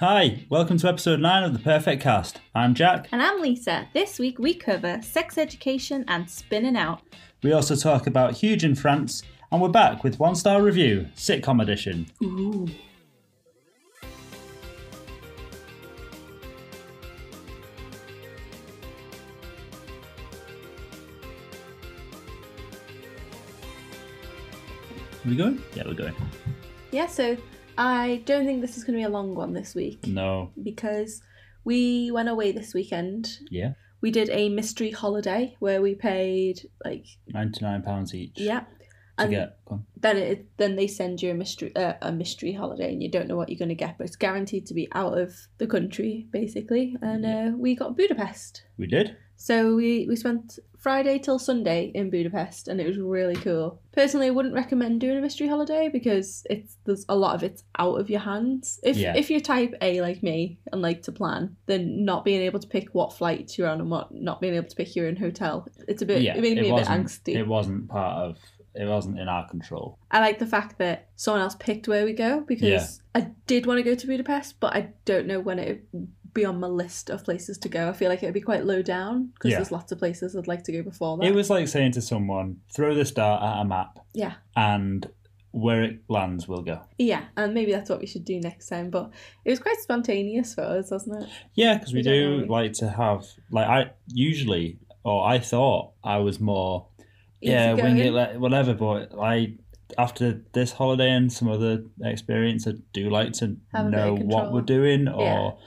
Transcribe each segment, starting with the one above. Hi, welcome to episode 9 of the Perfect Cast. I'm Jack. And I'm Lisa. This week we cover sex education and spinning out. We also talk about Huge in France, and we're back with One Star Review, sitcom edition. Ooh. Are we going? Yeah, we're going. Yeah, so I don't think this is going to be a long one this week No. because we went away this weekend. Yeah. We did a mystery holiday where we paid like £99 each yeah, to and get. Go on. then it then they send you a mystery uh, a mystery holiday and you don't know what you're going to get, but it's guaranteed to be out of the country basically. And Yeah. uh, we got Budapest. We did. So we, we spent Friday till Sunday in Budapest and it was really cool. Personally, I wouldn't recommend doing a mystery holiday because it's there's a lot of it's out of your hands. If Yeah. if you're type A like me and like to plan, then not being able to pick what flights you're on and what not being able to pick your own hotel, it's a bit yeah, it made me a bit wasn't, angsty. It wasn't part of. It wasn't in our control. I like the fact that someone else picked where we go because Yeah. I did want to go to Budapest, but I don't know when it would be on my list of places to go. I feel like it would be quite low down because Yeah. there's lots of places I'd like to go before that. It was like saying to someone, throw this dart at a map. Yeah. And where it lands, we'll go. Yeah, and maybe that's what we should do next time. But it was quite spontaneous for us, wasn't it? Yeah, because we We don't do really. like to have like I usually or I thought I was more yeah Easy wing it going. like, whatever, but I after this holiday and some other experience, I do like to Have a bit know of what we're control. doing or Yeah.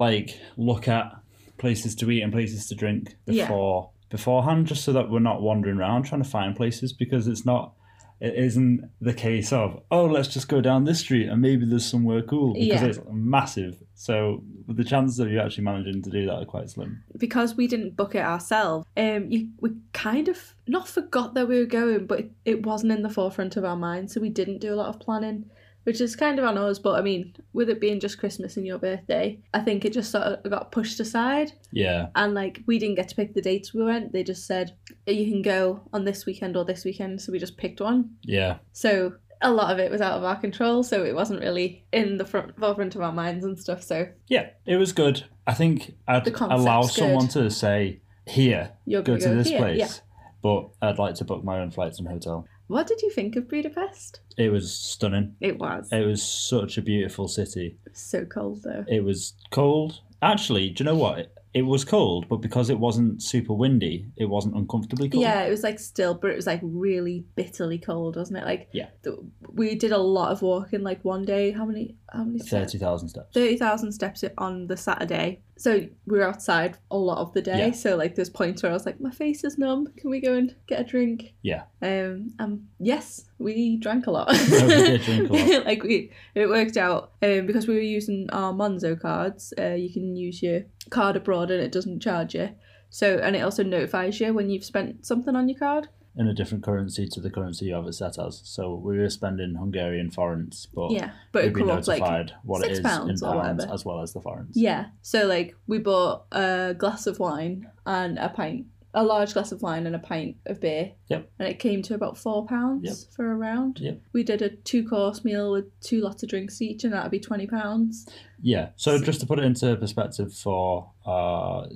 like look at places to eat and places to drink Yeah. before beforehand, just so that we're not wandering around trying to find places because it's not. It isn't the case of oh let's just go down this street and maybe there's somewhere cool because Yeah. it's massive. So the chances of you actually managing to do that are quite slim. because we didn't book it ourselves. Um, you, we kind of not forgot that we were going, but it, it wasn't in the forefront of our mind, so we didn't do a lot of planning, which is kind of on us. But I mean, with it being just Christmas and your birthday, I think it just sort of got pushed aside, Yeah, and like we didn't get to pick the dates we went. They just said you can go on this weekend or this weekend, so we just picked one. yeah, So a lot of it was out of our control, so it wasn't really in the front forefront of our minds and stuff. So yeah. It was good. I think I'd The concept's allow good. someone to say here you're go gonna to go this here. place, Yeah. but I'd like to book my own flights and hotel. What did you think of Budapest? It was stunning. It was It was such a beautiful city. so cold though. It was cold. Actually, do you know what? It, it was cold, but because it wasn't super windy, it wasn't uncomfortably cold. Yeah, it was like still, but it was like really bitterly cold, wasn't it? Like Yeah. th- we did a lot of walking. Like one day, how many? How many? steps? Thirty thousand steps. Thirty thousand steps on the Saturday. So we were outside a lot of the day. Yeah. So like there's points where I was like, my face is numb. Can we go and get a drink? Yeah. Um. Um. Yes, we drank a lot. we did drink a lot. like we, it worked out. Um, because we were using our Monzo cards. Uh, you can use your card abroad and it doesn't charge you. So and it also notifies you when you've spent something on your card. in a different currency to the currency you have it set as. So we were spending Hungarian forints, but Yeah. But we'd it be come up like. notified what it six is pounds in or pounds whatever. as well as the forints. Yeah. So like we bought a glass of wine and a pint, a large glass of wine and a pint of beer. Yep. And it came to about four pounds Yep. for a round. Yep. We did a two course meal with two lots of drinks each, and that'd be twenty pounds. Yeah. So just to put it into perspective for our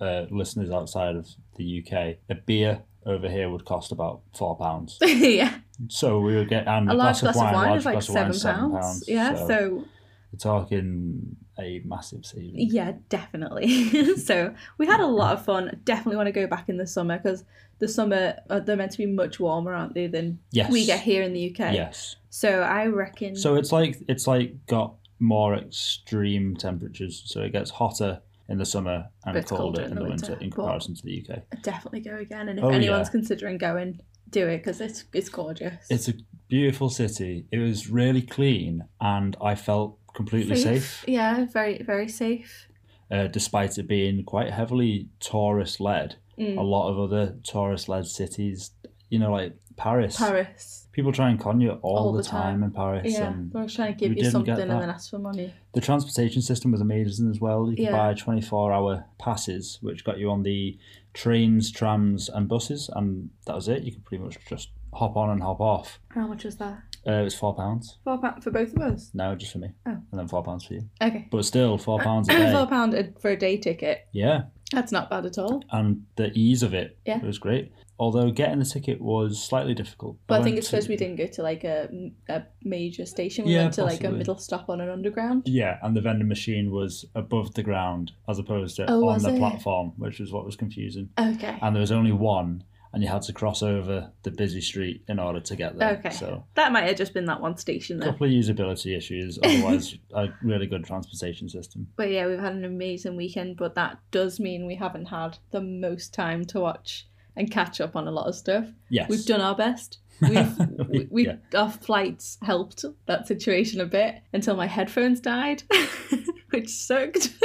uh, listeners outside of the UK, a beer over here would cost about four pounds. yeah. So we would get and a large glass of wine, a large is like glass of seven, wine, seven pounds. pounds. Yeah. So, so we're talking a massive saving. Yeah, definitely. so we had a lot of fun. Definitely want to go back in the summer because the summer uh, they're meant to be much warmer, aren't they, than Yes. we get here in the UK? Yes. So I reckon. So it's like it's like got more extreme temperatures. So it gets hotter in the summer and But it's colder, in the winter, in but- comparison to the UK. definitely go again. And if Oh, anyone's yeah. considering going, do it because it's it's gorgeous. It's a beautiful city. It was really clean, and I felt completely safe, Yeah, very very safe. uh, despite it being quite heavily tourist led. Mm. A lot of other tourist led cities, you know, like Paris. Paris. People try and con you all, the, time, in Paris. Yeah, and they were trying to um, we give you didn't something get and that. then ask for money. The transportation system was amazing as well. You could Yeah. buy 24 hour passes, which got you on the trains, trams, and buses, and that was it. You could pretty much just hop on and hop off. How much was that? Uh, it was four pounds. Four pound for both of us. No, just for me. Oh. And then four pounds for you. Okay. But still, four pounds a Four day. pound a- for a day ticket. yeah, That's not bad at all. and the ease of it. Yeah. It was great. Although getting the ticket was slightly difficult. But I went think it's to- because we didn't go to like a, a major station. We Yeah, went to like a possibly. middle stop on an underground. Yeah, and the vending machine was above the ground as opposed to Oh, on was the it? platform, which was what was confusing. Okay. And there was only one, and you had to cross over the busy street in order to get there. Okay. So That might have just been that one station a there. couple of usability issues, otherwise a really good transportation system. But yeah, we've had an amazing weekend, but that does mean we haven't had the most time to watch and catch up on a lot of stuff. Yes. We've done our best. We've, we, we, Yeah. Our flights helped that situation a bit until my headphones died, which sucked.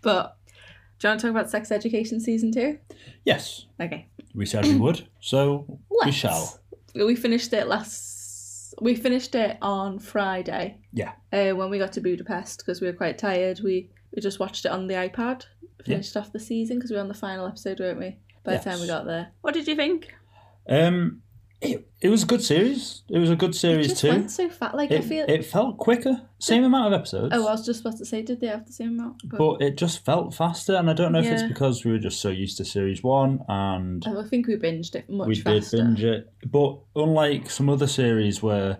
but do you want to talk about sex education season two? Yes. Okay. We said we would, so Let's. we shall. We finished it last. We finished it on Friday. Yeah. Uh, when we got to Budapest because we were quite tired, we we just watched it on the iPad. Finished off the season because we were on the final episode, weren't we? By the time we Yes. got there, what did you think? Um, it, it was a good series. It was a good it series just too. went so fat. Like I it, feel. it felt quicker, same amount of episodes. oh, I was just supposed to say, did they have the same amount? But, but it just felt faster, and I don't know if it's Yeah. because we were just so used to series one, and I think we binged it much we faster. did binge it. But unlike some other series where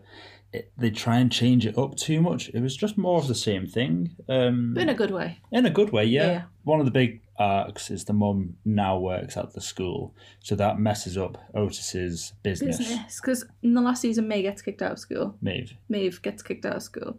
it, they try and change it up too much, it was just more of the same thing. Um, But in a good way. in a good way, yeah. Yeah. One of the big arcs is the mum now works at the school, so that messes up Otis's business. Business, because in the last season, May gets kicked out of school. Maeve, Maeve gets kicked out of school.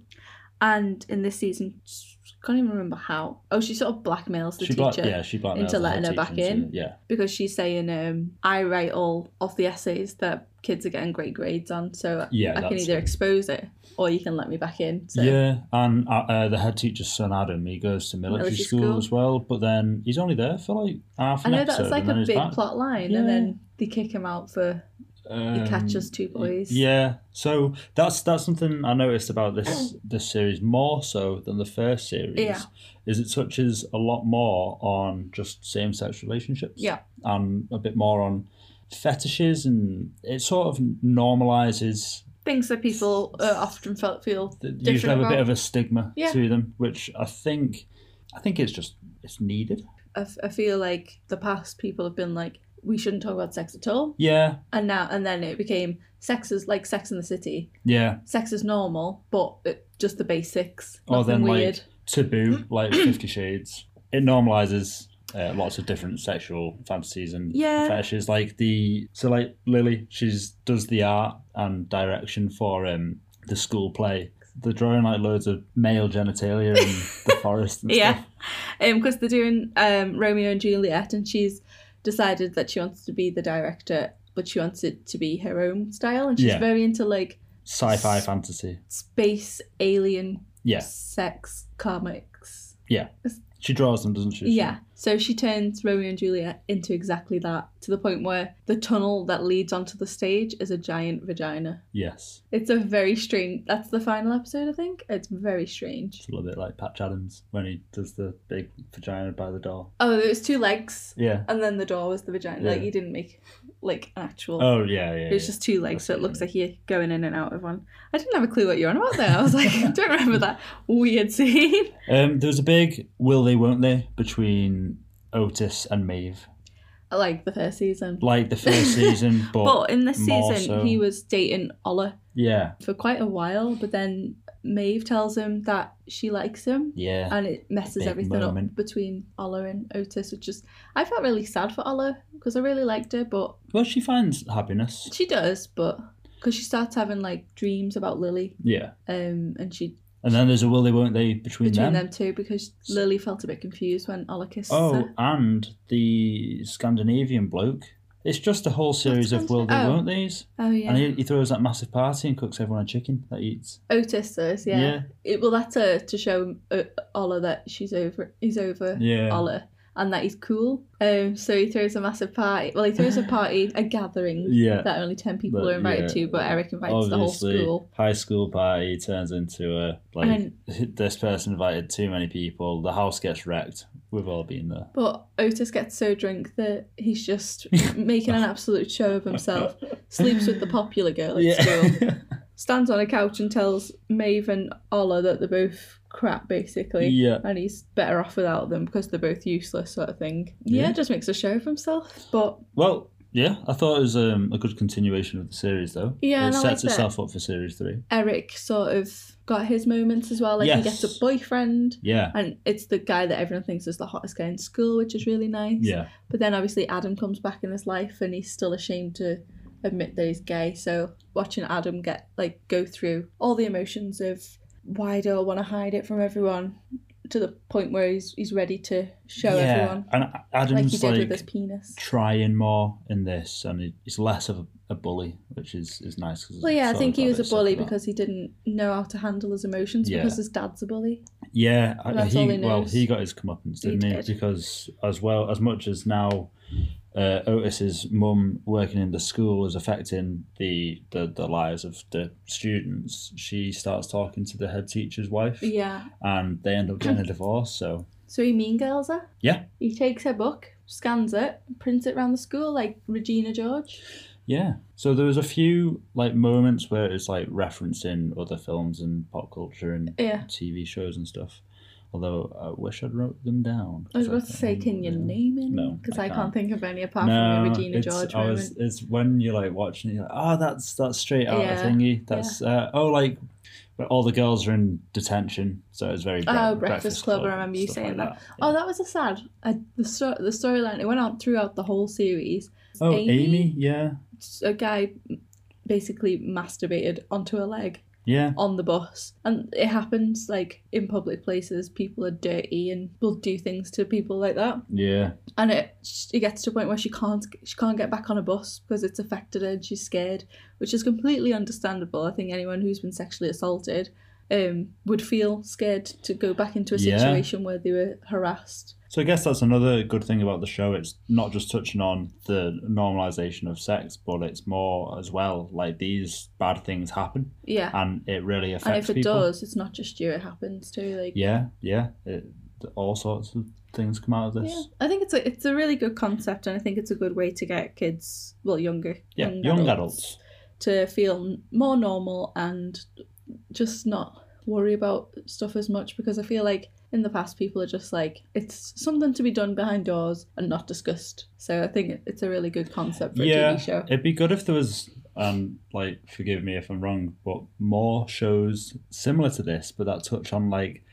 And in this season, I can't even remember how. Oh, she sort of blackmails the she teacher black, yeah, she blackmailed into letting her back teacher into- in. Yeah, because she's saying, um, I write all of the essays that kids are getting great grades on, so yeah, I can that's- either expose it or you can let me back in. So Yeah, and uh, uh, the head teacher's son Adam, he goes to military, Military school, school. as well, but then he's only there for like half I an know episode. that's like and then a he's big back. plot line, Yeah. and then they kick him out for he catches two Um, boys. Yeah, so that's that's something I noticed about this this series more so than the first series. Yeah. is it touches a lot more on just same sex relationships. Yeah. and a bit more on fetishes, and it sort of normalizes Things that people uh, often felt feel. that you usually Different have a bit about- of a stigma Yeah. to them, which I think, I think it's just it's needed. I, uh, f- I feel like the past people have been like, we shouldn't talk about sex at all, Yeah, and now and then it became sex is like Sex in the City. yeah. sex is normal, but it, just the basics. Or nothing Oh, then weird. like taboo, Hmm. like Fifty Shades. It normalizes uh, lots of different sexual fantasies and Yeah. fetishes. Like the so like Lily, she's does the art and direction for um the school play. They're drawing like loads of male genitalia in the forest and Yeah. stuff. because they're doing um, Romeo and Juliet, and she's decided that she wants to be the director, but she wants it to be her own style, and she's Yeah. very into like Sci-fi fantasy. space alien Yeah, sex comics. she draws them, doesn't she? She- Yeah. So she turns Romeo and Juliet into exactly that, to the point where the tunnel that leads onto the stage is a giant vagina. Yes, It's a very strange. That's the final episode, I think. It's very strange. it's a little bit like Patch Adams when he does the big vagina by the door. Oh, there was two legs, Yeah. and then the door was the vagina. Like Yeah. you didn't make like an actual. Oh yeah, yeah. It was yeah. just two legs, so it That's what looks you like you're going in and out of one. I didn't have a clue what you're on about there. I was like, I don't remember that weird scene. Um, there was a big will they, won't they between Otis and Maeve, I like the first season. like the first season, but, But in this more season, so- he was dating Ola yeah, for quite a while, but then Maeve tells him that she likes him. yeah, And it messes Big everything moment. up between Ola and Otis, which is I felt really sad for Ola because I really liked her, but well, she finds happiness, She does, but because she starts having like dreams about Lily, yeah, um, and she and then there's a will they, won't they between, between them. them, two because Lily felt a bit confused when Ola kissed Oh, her. and the Scandinavian bloke. It's just a whole series of will they, Scandinavian? Oh. won't they's, Oh yeah, and he, he throws that massive party and cooks everyone a chicken that he eats. Otis does. Yeah. yeah, It, well, that's her to show uh, Ola that she's over. He's over yeah. Ola. And that he's cool. Um, so he throws a massive party. Well, he throws a party, a gathering Yeah. that only ten people But, are invited yeah, to, but Eric invites the whole Obviously, school. high school party turns into a like And- this person invited too many people. The house gets wrecked. We've all been there. But Otis gets so drunk that he's just making an absolute show of himself. Sleeps with the popular girl at school. stands on a couch and tells Maeve and Ola that they're both crap, basically. Yeah. And he's better off without them because they're both useless, sort of thing. Yeah, Yeah. just makes a show of himself. But Well, yeah, I thought it was um, a good continuation of the series, though. Yeah, it and I sets like that. itself up for series three. Eric sort of got his moments as well. Like he Yes. gets a boyfriend. Yeah, And it's the guy that everyone thinks is the hottest guy in school, which is really nice. yeah, But then obviously Adam comes back in his life and he's still ashamed to admit that he's gay. So watching Adam get like go through all the emotions of why do I want to hide it from everyone to the point where he's he's ready to show yeah. everyone And A- like he Adam's did like, with his penis. trying more in this, and he- he's less of a, a bully, which is is nice. Cause Well, yeah, I sort think of he got was a it set bully for that. because he didn't know how to handle his emotions Yeah. because his dad's a bully. Yeah, I- That's he, all he well, knows. he got his comeuppance, He didn't he? did. Because as well as much as now, uh, Otis's mum working in the school is affecting the, the the lives of the students. She starts talking to the head teacher's wife, Yeah. and they end up getting a divorce. So So he mean girls her. Yeah. He takes her book, scans it, prints it around the school like Regina George. yeah, so there was a few like moments where it's like referencing other films and pop culture and Yeah. TV shows and stuff. Although I wish I'd wrote them down. I 'cause was about to can't say, can remember you them. name any? No, because I I, can't. can't. think of any apart from the Regina it's, George I moment. was- it's when you're like watching it, you're like, oh, that's that's straight out Yeah, of thingy. That's uh, oh, like but all the girls are in detention, so it's very. Oh, Breakfast Club, I remember you stuff saying like Oh, that was a sad. I, the sto- the storyline it went on throughout the whole series. Oh, Amy? Amy? yeah, A guy basically masturbated onto a leg yeah, on the bus, and it happens like in public places. People are dirty and will do things to people like that. yeah, and it it gets to a point where she can't she can't get back on a bus because it's affected her and she's scared, which is completely understandable. I think anyone who's been sexually assaulted um would feel scared to go back into a Yeah. situation where they were harassed. So I guess that's another good thing about the show. It's not just touching on the normalization of sex, but it's more as well like these bad things happen, Yeah. and it really affects and if it people. does, it's not just you, it happens to like yeah, yeah, it, all sorts of things come out of this. Yeah. I think it's a it's a really good concept and I think it's a good way to get kids well younger Yeah, young adults. to feel more normal and just not worry about stuff as much because I feel like in the past people are just like it's something to be done behind doors and not discussed. So I think it- it's a really good concept for Yeah. a TV show. It'd be good if there was, um, like, forgive me if I'm wrong, but more shows similar to this, but that touch on like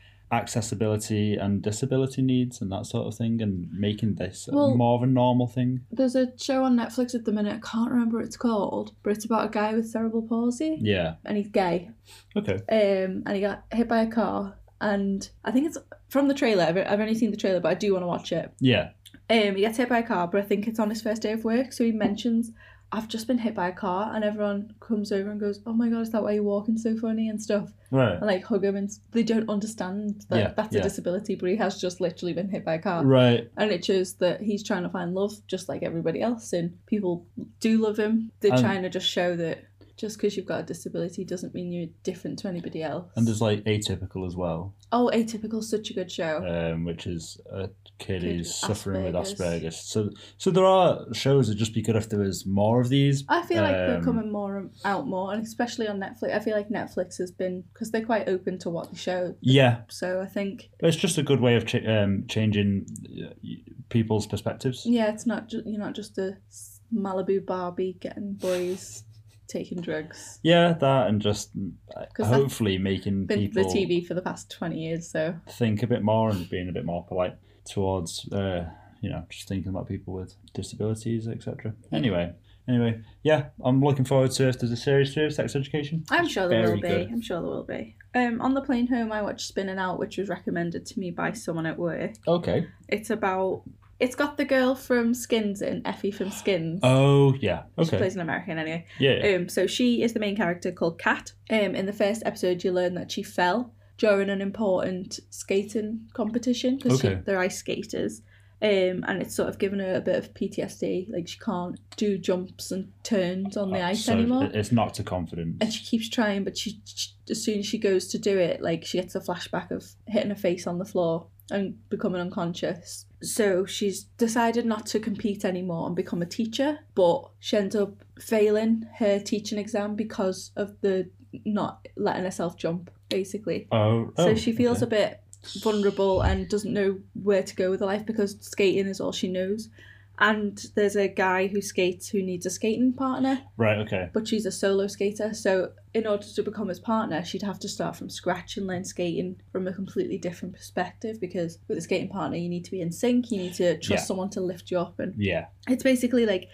accessibility and disability needs and that sort of thing, and making this Well- more of a normal thing. There's a show on Netflix at the minute. I can't remember what it's called, but it's about a guy with cerebral palsy Yeah. and he's gay. Okay. Um, and he got hit by a car. And I think it's from the trailer. I've I've only seen the trailer, but I do want to watch it. Yeah. Um, he gets hit by a car, but I think it's on his first day of work. So he mentions, "I've just been hit by a car," and everyone comes over and goes, "Oh my god, is that why you're walking so funny and stuff?" Right. And like hug him, and s- they don't understand that Yeah, that's yeah. a disability, but he has just literally been hit by a car. Right. And it shows that he's trying to find love, just like everybody else, and people do love him. They're And- trying to just show that just because you've got a disability doesn't mean you're different to anybody else. And there's like atypical as well, oh, Atypical's such a good show. um, which is a kid Oh. Kid who's with suffering with Asperger's. Asperger's. So, so there are shows that just be good if there was more of these. I feel like they're Um, coming more and- out more, and especially on Netflix. I feel like Netflix has been because they're quite open to what they show. Yeah, So I think But it's just a good way of ch- um, changing uh, y- people's perspectives. yeah, it's not ju- you're not just a s- Malibu Barbie getting boys taking drugs Yeah, that and just uh, 'Cause that's hopefully making been people the TV for the past twenty years. So think a bit more and being a bit more polite towards, uh, you know, just thinking about people with disabilities, etc. Anyway, anyway, yeah, I'm looking forward to if there's a series three of sex education. I'm sure there Very will be. good. I'm sure there will be. Um, on the plane home, I watched Spinning Out, which was recommended to me by someone at work. Okay. It's about it's got the girl from Skins in Effie from Skins. Oh yeah. She Okay. plays an American anyway. Yeah. yeah. Um, so she is the main character called Kat. Um, in the first episode, you learn that she fell during an important skating competition because Okay. they're ice skaters. Um, and it's sort of given her a bit of PTSD. Like she can't do jumps and turns on the Uh, ice so anymore. it- It's not to confidence. and she keeps trying, but she, she as soon as she goes to do it, like she gets a flashback of hitting her face on the floor and becoming unconscious. So she's decided not to compete anymore and become a teacher, but she ends up failing her teaching exam because of the not letting herself jump, basically. Oh, so she feels a bit vulnerable and doesn't know where to go with her life because skating is all she knows. And there's a guy who skates who needs a skating partner, right. Okay. but she's a solo skater. So, in order to become his partner, she'd have to start from scratch and learn skating from a completely different perspective. Because with a skating partner, you need to be in sync, you need to trust Yeah. someone to lift you up. And Yeah. it's basically like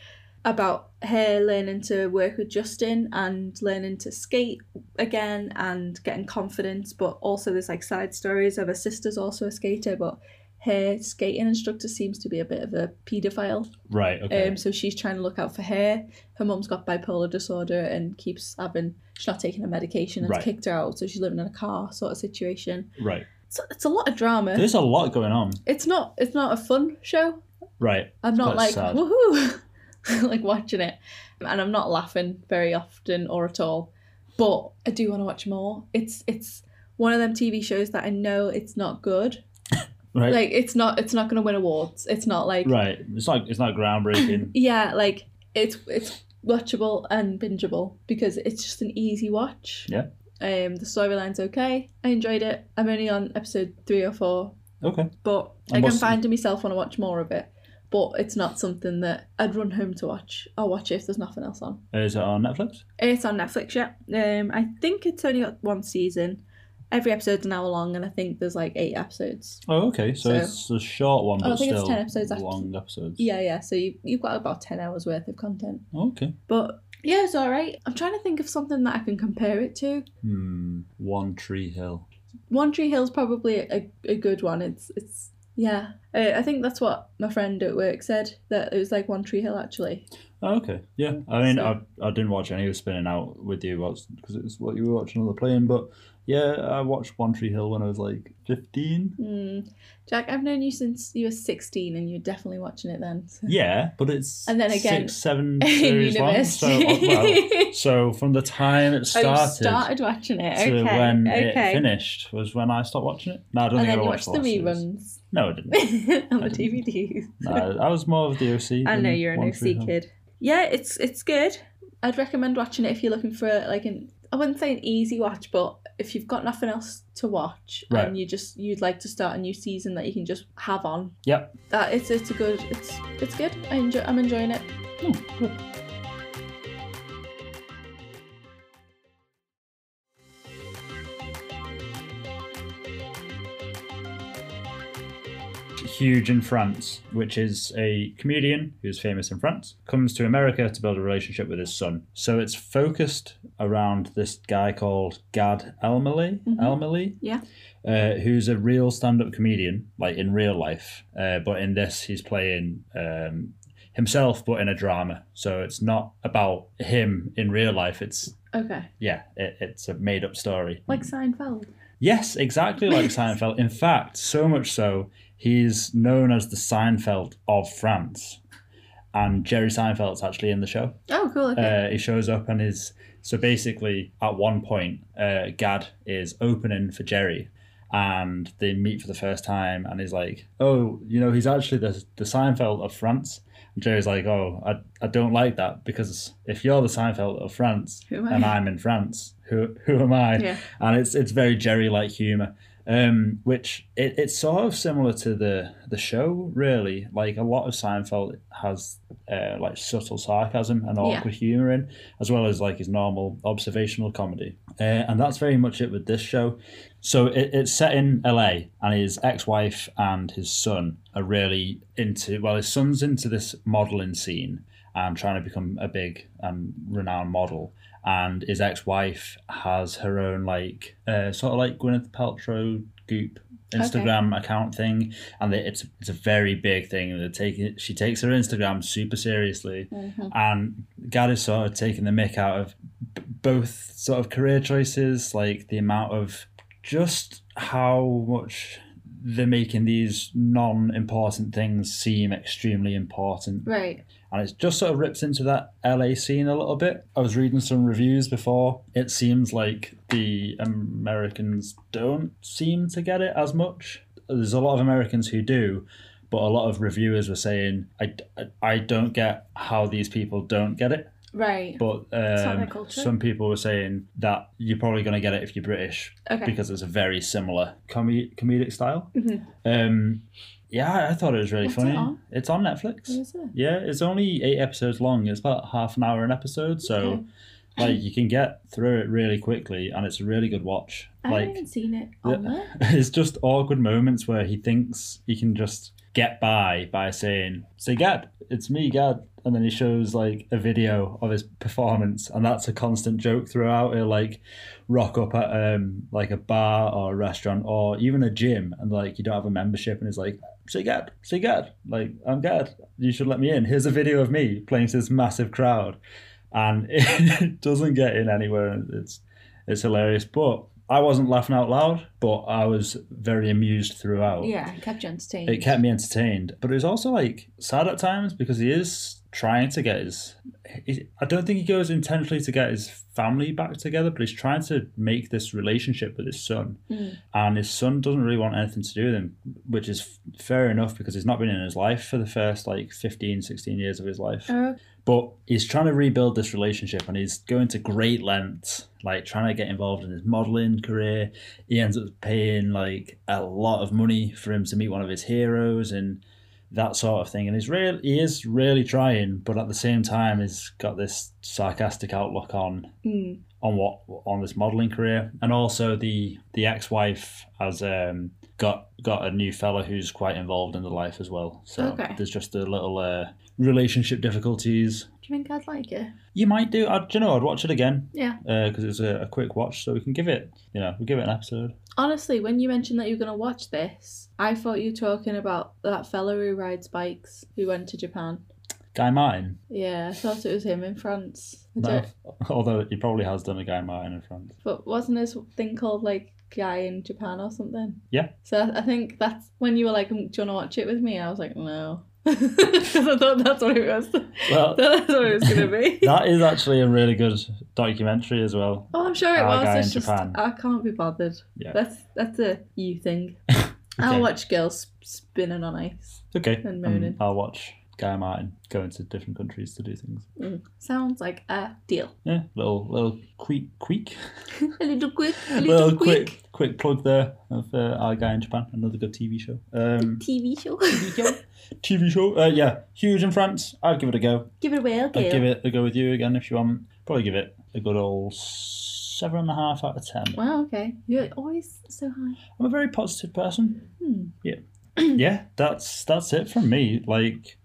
about her learning to work with Justin and learning to skate again and getting confidence. But also, there's like side stories of her sister's also a skater, but her skating instructor seems to be a bit of a paedophile. Right. Okay. Um, so she's trying to look out for her. Her mum's got bipolar disorder and keeps having she's not taking her medication and Right. kicked her out, so she's living in a car sort of situation. right. So it's a lot of drama. There's a lot going on. It's not it's not a fun show. Right. I'm not quite like sad. woohoo, like watching it, and I'm not laughing very often or at all. But I do want to watch more. It's it's one of them TV shows that I know it's not good. Right. Like it's not it's not going to win awards. It's not like right. It's like it's not groundbreaking. yeah, like it's it's watchable and bingeable because it's just an easy watch. Yeah. Um, the storyline's okay. I enjoyed it. I'm only on episode three or four, okay. but And I can what's- find in myself want to watch more of it. But it's not something that I'd run home to watch. I'll watch it if there's nothing else on. Is it on Netflix? It's on Netflix, yeah. Um, I think it's only got one season. Every episode's an hour long, and I think there's like eight episodes. Oh, okay. So, So- Oh, it's a short one, I but think it's still 10 episodes after- long episodes. Yeah, yeah. So you, you've got about 10 hours worth of content. Okay. But yeah, it's all right. I'm trying to think of something that I can compare it to. Hmm. One Tree Hill. One Tree Hill's probably a, a good one. It's it's yeah. Uh, I think that's what my friend at work said that it was like One Tree Hill actually. Oh, okay. Yeah. I mean, So- I, I didn't watch any of Spinning Out with you because it's what you were watching on the plane, but yeah, I watched One Tree Hill when I was like 15. Mm. Jack, I've known you since you were 16, and you're definitely watching it then. so- Yeah, but it's And then again, six, seven in series long. So, uh, university. well, so from the time it Oh, started, you started watching it. to Okay. when it okay. finished was when I stopped watching it. No, I don't and think then I you watched watched the last series. reruns No, I didn't. on I the didn't. DVDs. No, Uh, I was more of the OC. I know than you're an One Tree OC Hill. kid. Yeah, it's it's good. I'd recommend watching it if you're looking for like an I wouldn't say an easy watch, but if you've got nothing else to watch Right. and you just you'd like to start a new season that you can just have on. Yep. That it's it's a good it's it's good. I enjoy I'm enjoying it. Oh, good. Huge in France, which is a comedian who's famous in France, comes to America to build a relationship with his son. So it's focused around this guy called Gad Elmaleh, Mhm. Elmaleh, Yeah. uh, who's a real stand-up comedian, like in real life. Uh, but in this, he's playing um, himself, but in a drama. So it's not about him in real life. It's Okay. yeah, it, it's a made-up story. Like Seinfeld. Yes, exactly like Seinfeld. In fact, so much so, he's known as the Seinfeld of France. And Jerry Seinfeld's actually in the show. Oh cool, okay. Uh, he shows up and is so basically at one point, uh, Gad is opening for Jerry, and they meet for the first time, and he's like, "Oh, you know, he's actually the the Seinfeld of France." And Jerry's like, "Oh, I, I don't like that because if you're the Seinfeld of France Who am I? and I'm in France, who who am I?" yeah. and it's it's very Jerry like humor, um, which it, it's sort of similar to the the show really. Like a lot of Seinfeld has uh, like subtle sarcasm and Yeah. awkward humor in, as well as like his normal observational comedy, uh, and that's very much it with this show. So it, it's set in LA, and his ex wife and his son are really into. Well, his son's into this modeling scene and um, trying to become a big and renowned model. And his ex-wife has her own like uh, sort of like Gwyneth Paltrow goop Instagram account thing, and they, it's it's a very big thing. They're taking she takes her Instagram super seriously, Mhm. and Gad is sort of taking the mick out of b- both sort of career choices, like the amount of just how much they're making these non-important things seem extremely important Right. and it's just sort of rips into that LA scene a little bit. I was reading some reviews before. It seems like the Americans don't seem to get it as much. there's a lot of Americans who do, but a lot of reviewers were saying, I, I don't get how these people don't get it. Right. But not their um, culture. some people were saying that you're probably going to get it if you're British Okay. because it's a very similar com- comedic style. Mhm. Um, yeah, I thought it was really What's it funny. on? It's on Netflix. What is it? Yeah, it's only eight episodes long. It's about half an hour an episode, so Okay. like you can get through it really quickly, and it's a really good watch. I like haven't even seen it Oh, Yeah. on there. it's just awkward moments where he thinks he can just get by by saying say gad it's me gad and then he shows like a video of his performance and that's a constant joke throughout he'll like rock up at um like a bar or a restaurant or even a gym and like you don't have a membership and he's like say gad say gad like i'm gad you should let me in here's a video of me playing to this massive crowd and it doesn't get in anywhere it's it's hilarious but I wasn't laughing out loud, but I was very amused throughout. Yeah, it kept you entertained. It kept me entertained, but it was also like sad at times because he is trying to get his. he- I don't think he goes intentionally to get his family back together, but he's trying to make this relationship with his son, Mm. and his son doesn't really want anything to do with him, which is f- fair enough because he's not been in his life for the first like 15, 16 years of his life Oh, but he's trying to rebuild this relationship and he's going to great lengths like trying to get involved in his modeling career he ends up paying like a lot of money for him to meet one of his heroes and that sort of thing and he's real he is really trying but at the same time he's got this sarcastic outlook on mm. on what on this modeling career and also the the ex-wife has um got got a new fella who's quite involved in the life as well so Okay. there's just a little uh relationship difficulties Do you think I'd like it? you might do. I, do you know? I'd watch it again Yeah. because it's a, a quick watch, so we can give it. You know, we give it an episode. Honestly, when you mentioned that you were going to watch this, I thought you were talking about that fellow who rides bikes who went to Japan. Guy Martin. Yeah, I thought it was him in France. I No, don't- although he probably has done a Guy Martin in France. But wasn't his thing called like Guy in Japan or something? Yeah. So I- I think that's when you were like, "Mm, "Do you want to watch it with me?" I was like, "No," because I thought that's what it was. Well, that's what it was gonna be. that is actually a really good documentary as well. Oh, I'm sure it Our was. Guy it's in just Japan. I can't be bothered. Yeah. That's that's a you thing. Okay. I'll watch girls spinning on ice. Okay. Um, And Moonin. I'll watch Guy Martin going to different countries to do things. Mm. Sounds like a deal. Yeah, little little quick quick a little quick, a little, little quick quick. quick plug there of uh, our guy in Japan. Another good TV show. Um, TV show. TV show. Uh, yeah, huge in France. I'd give it a go. give it a whirl, girl. I'd give it a go with you again if you want. Probably give it a good old seven and a half out of ten. Wow. Okay. You're always so high. I'm a very positive person. Hmm. yeah, that's that's it from me. Like,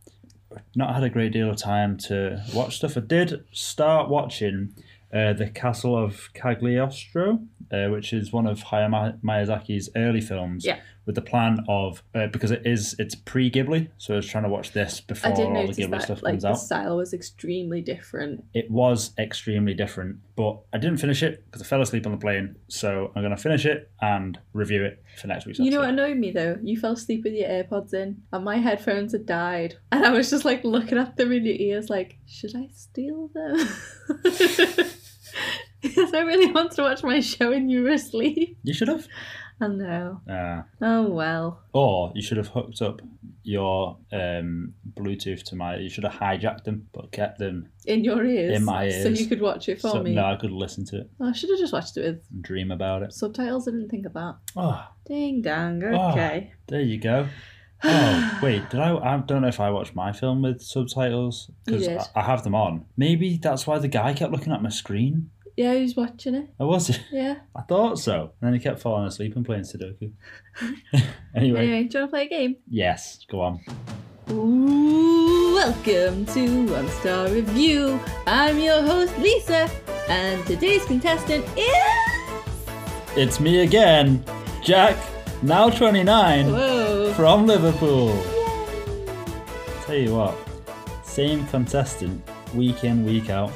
not had a great deal of time to watch stuff. I did start watching uh, the Castle of Cagliostro, uh, which is one of Hayao Ma- Miyazaki's early films. Yeah. With the plan of uh, because it is it's pre Ghibli, so I was trying to watch this before I did all the notice Ghibli that stuff like comes the out. style was extremely different. it was extremely different, but I didn't finish it because I fell asleep on the plane. So I'm going to finish it and review it for next week's You know what episode. annoyed me though? You fell asleep with your AirPods in, and my headphones had died, and I was just like looking at them in your ears, like, should I steal them? Because I really wanted to watch my show and you were asleep. You should have. I know. Uh, Oh well. or you should have hooked up your um, Bluetooth to my. You should have hijacked them, but kept them In your ears. In my So ears. you could watch it for so me. no, I could listen to it I should have just watched it with and dream about it. subtitles. I didn't think of that. Oh, Ding dang. Oh. Okay. there you go. Oh wait, did I? I don't know if I watched my film with subtitles You because did. I, I have them on. Maybe that's why the guy kept looking at my screen. Yeah, who's watching it? I was. Yeah. I thought so. And then he kept falling asleep and playing Sudoku. anyway, Anyway, do you want to play a game? yes, go on. Ooh, welcome to One Star Review. I'm your host Lisa, and today's contestant is It's me again, Jack, now 29, Whoa. from Liverpool. Tell you what, same contestant, week in, week out.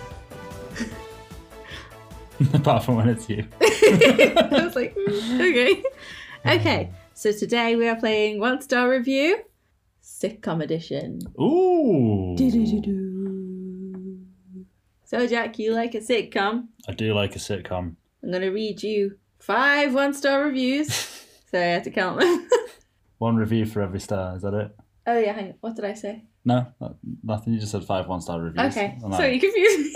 Apart from when it's you. I was like, mm, okay, okay. So today we are playing One Star Review, sitcom edition. Ooh. Do-do-do-do. So Jack, you like a sitcom? I do like a sitcom. I'm gonna read you five one star reviews. so I have to count them. One review for every star. Is that it? Oh yeah, hang on. What did I say? No, no- nothing. You just said five one star reviews. Okay, I'm so like, you confused me.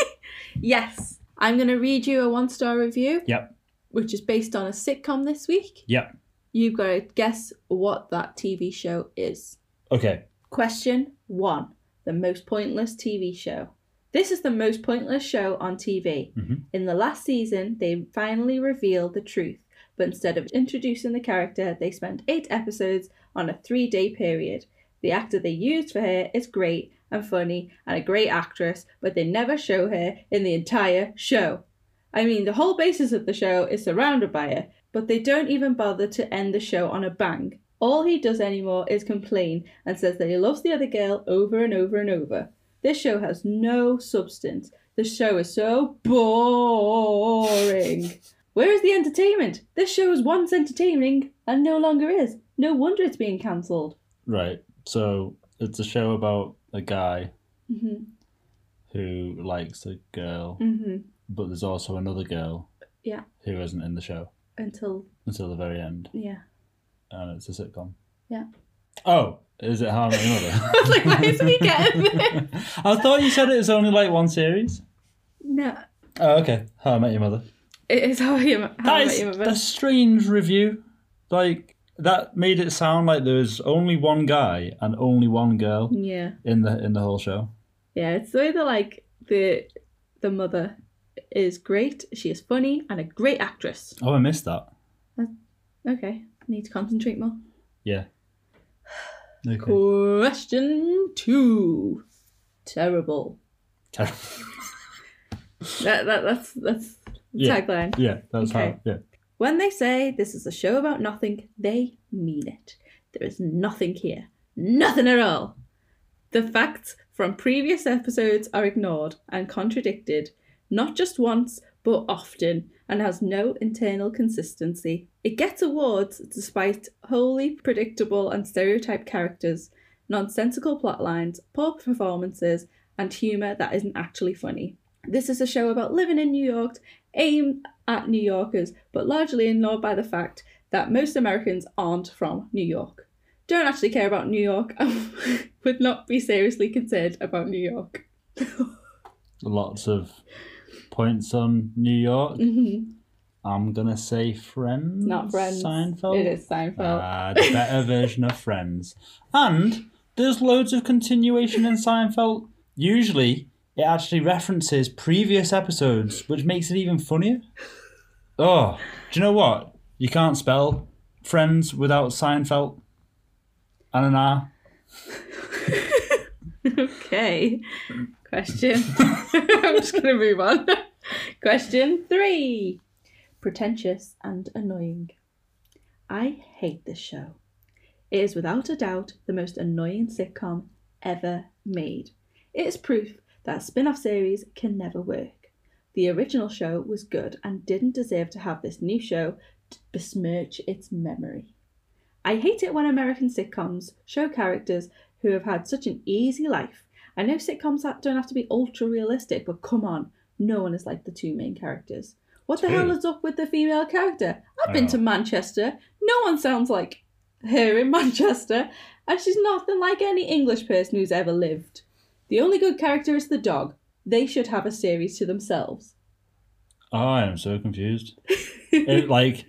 yes, I'm gonna read you a one star review. Yep. Which is based on a sitcom this week. Yep. You've got to guess what that TV show is. Okay. Question one: The most pointless TV show. This is the most pointless show on TV. Mhm. In the last season, they finally revealed the truth, but instead of introducing the character, they spent eight episodes on a three day period. The actor they used for her is great and funny and a great actress, but they never show her in the entire show. I mean, the whole basis of the show is surrounded by her, but they don't even bother to end the show on a bang. All he does anymore is complain and says that he loves the other girl over and over and over. This show has no substance. The show is so boring. Where is the entertainment? This show was once entertaining and no longer is. No wonder it's being cancelled. Right. So it's a show about a guy Mhm. who likes a girl, Mhm. but there's also another girl. Yeah. Who isn't in the show Until until the very end, yeah. and it's a sitcom. Yeah. Oh, is it How I Met Your Mother? I was like, why is we getting there? I thought you said it was only like one series. No, Oh, okay. How I Met Your Mother. it is how you. How That I is Met Your Mother. a strange review. Like that made it sound like there was only one guy and only one girl Yeah, in the in the whole show. yeah. It's the way that like the the mother is great. She is funny and a great actress. Oh, I missed that. Okay, need to concentrate more. Yeah. Okay. Question two. Terrible. Terrible. That, that that's that's the Yeah. tagline. Yeah, that's Okay. how. Yeah. When they say this is a show about nothing, they mean it. There is nothing here. Nothing at all. The facts from previous episodes are ignored and contradicted, not just once, but often, and has no internal consistency. It gets awards despite wholly predictable and stereotyped characters, nonsensical plotlines, poor performances, and humour that isn't actually funny. This is a show about living in New York, aimed at New Yorkers, but largely ignored by the fact that most Americans aren't from New York. Don't actually care about New York and would not be seriously concerned about New York. Lots of points on New York. Mhm. I'm gonna say Friends. Not Friends. Seinfeld. It is Seinfeld. Ah, the better version of Friends. And there's loads of continuation in Seinfeld. Usually, it actually references previous episodes, which makes it even funnier. Oh, do you know what? You can't spell Friends without Seinfeld and an R. okay. Question. I'm just going to move on. Question three Pretentious and annoying. I hate this show. It is without a doubt the most annoying sitcom ever made. It is proof that spin off series can never work. The original show was good and didn't deserve to have this new show to besmirch its memory. I hate it when American sitcoms show characters who have had such an easy life. I know sitcoms that don't have to be ultra realistic, but come on, no one is like the two main characters. What the Two? hell is up with the female character? I've been Oh. to Manchester. No one sounds like her in Manchester, and she's nothing like any English person who's ever lived. The only good character is the dog. They should have a series to themselves. Oh, I am so confused. It, like,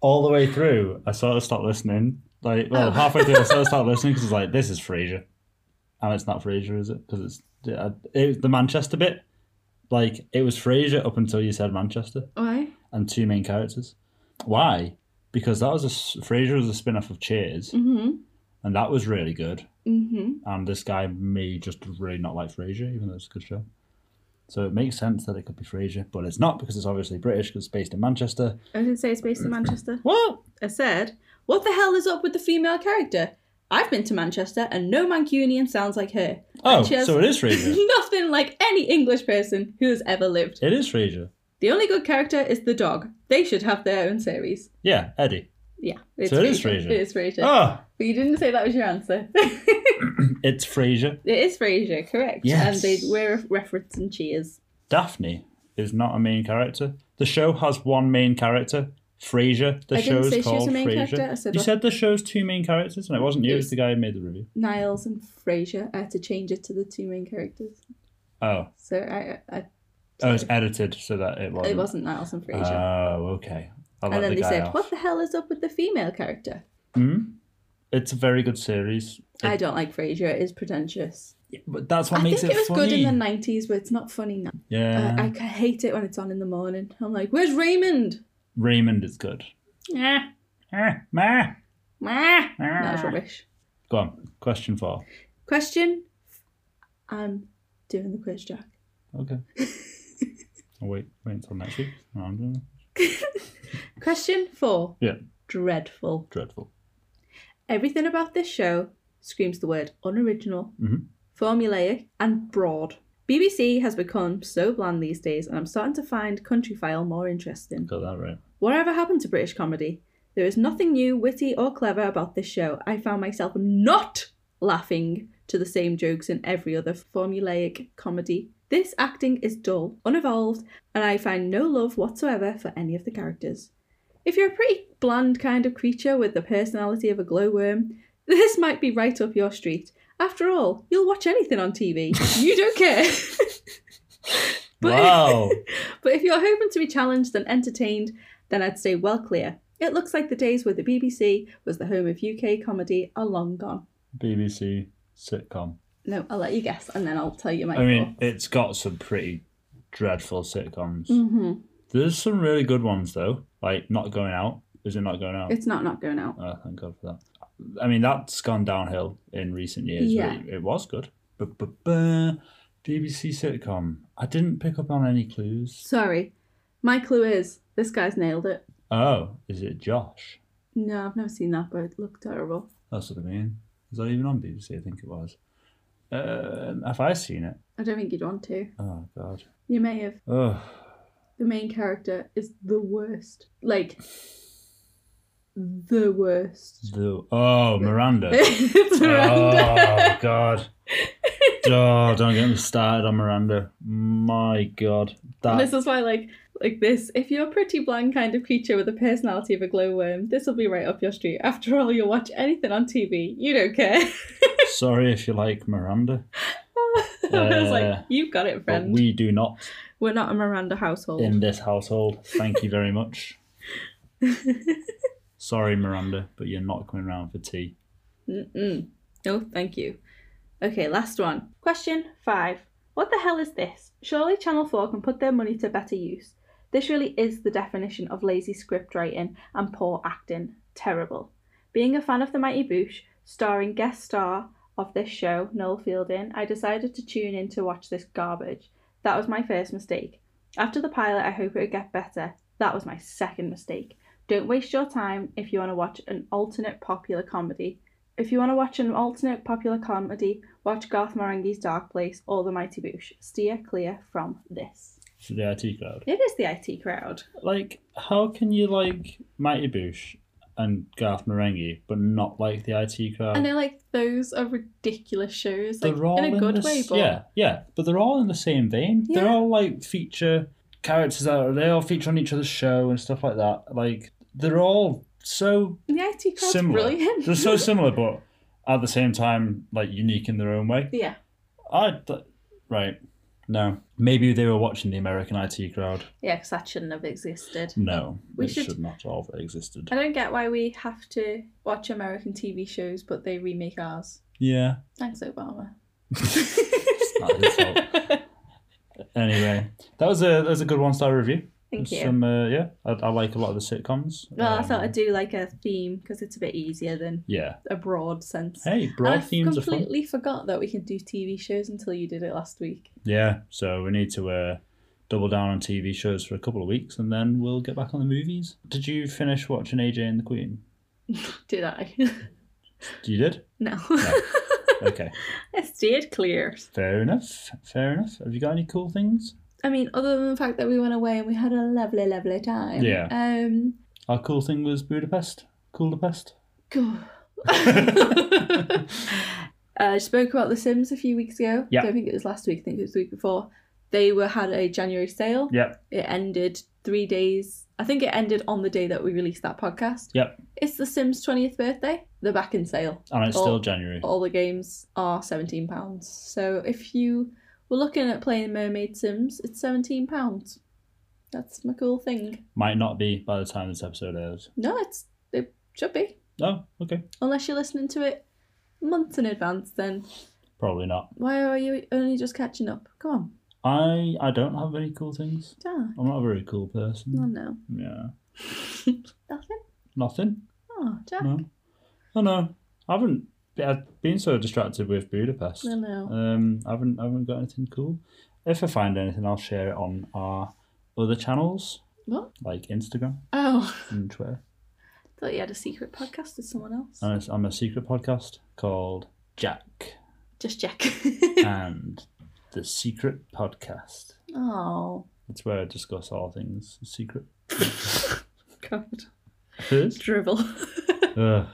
all the way through, I sort of stopped listening. Like, well, Oh. halfway through, I sort of stopped listening because it's like, this is Frasier. And it's not Frasier, is it? Because it's I- it, the Manchester bit. Like, it was Frasier up until you said Manchester Why? and two main characters. Why? Because that was a s- Frasier was a spin off of Cheers, Mhm. and that was really good. Mhm. And this guy may just really not like Frasier, even though it's a good show. So it makes sense that it could be Frasier, but it's not because it's obviously British because it's based in Manchester. I didn't say it's based in Manchester. What? I said, "What the hell is up with the female character? I've been to Manchester, and no Mancunian sounds like her. Oh, Cheers. so it is Frasier. Nothing like any English person who has ever lived. it is Frasier. The only good character is the dog. They should have their own series." Yeah, Eddie. Yeah, it's So it is Frasier. Frasier. It is Frasier. Oh, But you didn't say that was your answer. it's Frasier. It is Frasier, correct? Yes. And they were referencing Cheers. Daphne is not a main character. The show has one main character, Frasier. The I didn't show's say she was called the main Frasier. character, I said you what- said the show's two main characters, and it wasn't you. It was Yes. the guy who made the review. Niles and Frasier. I had to change it to the two main characters. Oh, So I, I, oh, it's edited so that it I wasn't. it wasn't Niles and Frasier. Oh, okay. I'll let and then the they guy said, off. "What the hell is up with the female character?" Hmm? It's a very good series. I It- don't like Frasier. It is pretentious. but that's what I makes think it, was funny. good in the '90s, but it's not funny now. yeah, I, I ca- hate it when it's on in the morning. I'm like, "Where's Raymond?" Raymond is good. Ah, Ah, ma, ah. ah. That's rubbish. Go on. Question four. Question. I'm doing the quiz, Jack. Okay. I'll wait. Wait until next week. No, I'm doing Question four. Yeah. Dreadful. dreadful. Everything about this show screams the word unoriginal, Mhm. formulaic, and broad. BBC has become so bland these days, and I'm starting to find Countryfile more interesting. Got that right. Whatever happened to British comedy? There is nothing new, witty, or clever about this show. I found myself not laughing to the same jokes in every other formulaic comedy. This acting is dull, unevolved, and I find no love whatsoever for any of the characters. If you're a pretty bland kind of creature with the personality of a glowworm, this might be right up your street. After all, you'll watch anything on TV. You don't care. But- wow. But if you're hoping to be challenged and entertained, then I'd say well clear. It looks like the days where the BBC was the home of UK comedy are long gone. BBC sitcom. No, I'll let you guess and then I'll tell you my I mean, it's got some pretty dreadful sitcoms. hmm There's some really good ones though. Like not going out. Is it not going out? It's not not going out. Oh, thank God for that. I mean, that's gone downhill in recent years. but Yeah. It, it was good. But, but, but BBC sitcom. I didn't pick up on any clues. Sorry. My clue is this guy's nailed it. Oh, is it Josh? No, I've never seen that, but it looked terrible. That's what I mean. Is that even on BBC? I think it was. Um, have I seen it? I don't think you'd want to. Oh God. You may have. Oh, The main character is the worst. Like, the worst. the oh Miranda. it's Miranda. Oh God. Oh, don't get me started on Miranda. My God, And that this is why, like, like this. If you're a pretty bland kind of creature with the personality of a glowworm, this will be right up your street. After all, you'll watch anything on TV. You don't care. Sorry if you like Miranda, I was Uh, like, you've got it, but friend. we do not We... are not a Miranda household. in this household. Thank you very much. Sorry, Miranda, but you're not coming round for tea. Mm-mm. No, thank you. Okay, last one. Question five. What the hell is this? Surely Channel 4 can put their money to better use. This really is the definition of lazy script writing and poor acting. Terrible. Being a fan of The Mighty Boosh, starring guest star of this show, Noel Fielding, I decided to tune in to watch this garbage. That was my first mistake. After the pilot, I hope it would get better. That was my second mistake. Don't waste your time if you want to watch an alternate popular comedy. If you want to watch an alternate popular comedy, watch Garth Marenghi's Dark Place or The Mighty Boosh. Steer clear from this. For the IT crowd. It is the IT crowd. Like, how can you like Mighty Boosh and Garth Marenghi, but not like the IT crowd? I know, like those are ridiculous shows, They're like all in a good this- way, but yeah, yeah, but they're all in the same vein. They're Yeah. all like feature characters that are, they all feature on each other's show and stuff like that. Like, they're all so the IT crowd's similar. brilliant. They're so similar, but at the same time, like unique in their own way. yeah, I th- right. No, maybe they were watching the American IT crowd. yeah, because that shouldn't have existed. No, We it should- should... not have existed. I don't get why we have to watch American TV shows, but they remake ours. Yeah. Thanks, Obama. not his fault. Anyway, that was a that was a good one star review. Thank you. Some uh, yeah, I, I like a lot of the sitcoms. well, I Um, thought I'd do like a theme because it's a bit easier than Yeah. a broad sense. Hey, broad I themes are fun. completely forgot that we can do TV shows until you did it last week. Yeah. So we need to uh, double down on TV shows for a couple of weeks, and then we'll get back on the movies. Did you finish watching AJ and the Queen? Did I? You did. no. No. Okay. I stayed clear. Fair enough. Fair enough. Have you got any cool things? I mean, other than the fact that we went away and we had a lovely, lovely time. Yeah. Um. Our cool thing was Budapest. Coolapest. Uh, I spoke about The Sims a few weeks ago. Yeah. Don't think it was last week. I think it was the week before. They were had a January sale. Yep. It ended three days. I think it ended on the day that we released that podcast. Yep. It's The Sims 20th birthday. They're back in sale. and it's Well, still January. All the games are £17. So if you were looking at playing Mermaid Sims, it's £17. That's my cool thing. Might not be by the time this episode airs. No, it's it should be. Oh, okay. Unless you're listening to it months in advance, then Probably not. why are you only just catching up? Come on. I I don't have any cool things. Yeah. I'm not a very cool person. No, no. Yeah. Nothing? Nothing. Oh, Jack. No. No, no. I haven't. I've been so distracted with Budapest. No, no. Um, I haven't. I haven't got anything cool. If I find anything, I'll share it on our other channels What? like Instagram Oh, and Twitter. thought you had a secret podcast with someone else. And it's, I'm a secret podcast called Jack Just Jack. uh. and the Secret Podcast. oh, It's where I discuss all things secret. God. First, Dribble. Ugh.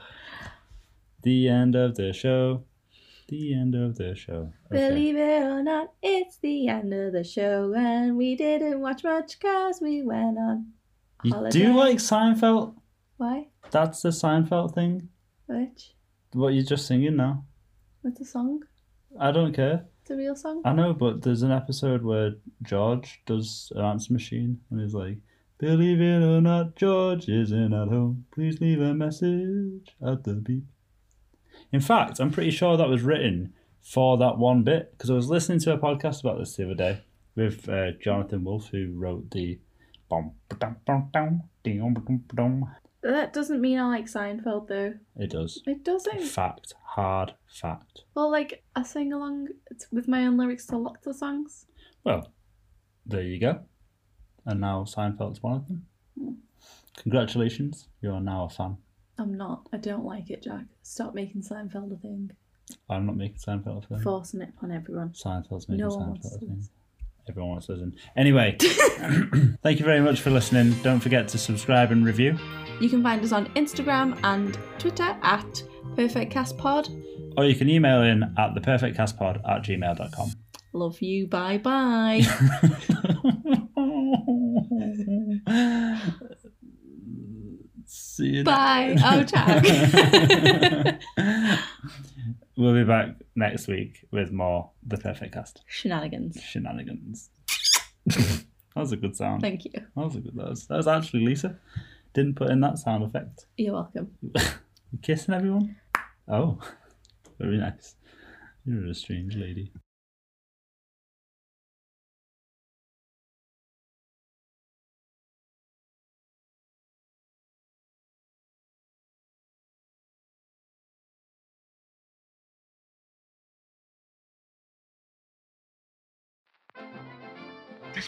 the end of the show. The end of the show. Okay. Believe it or not, it's the end of the show, and we didn't watch much because we went on you holiday. do like Seinfeld? Why? That's the Seinfeld thing. Which? What you're just singing now. With the song? I don't care. It's a real song? I know, but there's an episode where George does an answer machine and he's like, Believe it or not, George isn't at home. Please leave a message at the beep. In fact, I'm pretty sure that was written for that one bit because I was listening to a podcast about this the other day with uh, Jonathan Wolf, who wrote the. That doesn't mean I like Seinfeld, though. It does. It doesn't. Fact. Hard fact. Well, like, I sing along it's with my own lyrics to lots of songs. Well, there you go. And now Seinfeld's one of them. Congratulations, you are now a fan. I'm not. I don't like it, Jack. Stop making Seinfeld a thing. I'm not making Seinfeld a thing. Forcing it on everyone. Seinfeld's making no one wants Seinfeld a to thing. Everyone wants to listen. Anyway, thank you very much for listening. Don't forget to subscribe and review. You can find us on Instagram and Twitter at PerfectCastPod. Or you can email in at theperfectcastpod at gmail.com. Love you. Bye bye. See you bye. Oh, Jack. we'll be back next week with more The Perfect Cast Shenanigans. shenanigans. that was a good sound. Thank you. That was a good. That was, that was actually Lisa. Didn't put in that sound effect. You're welcome. You kissing everyone? Oh, very nice. You're a strange lady. This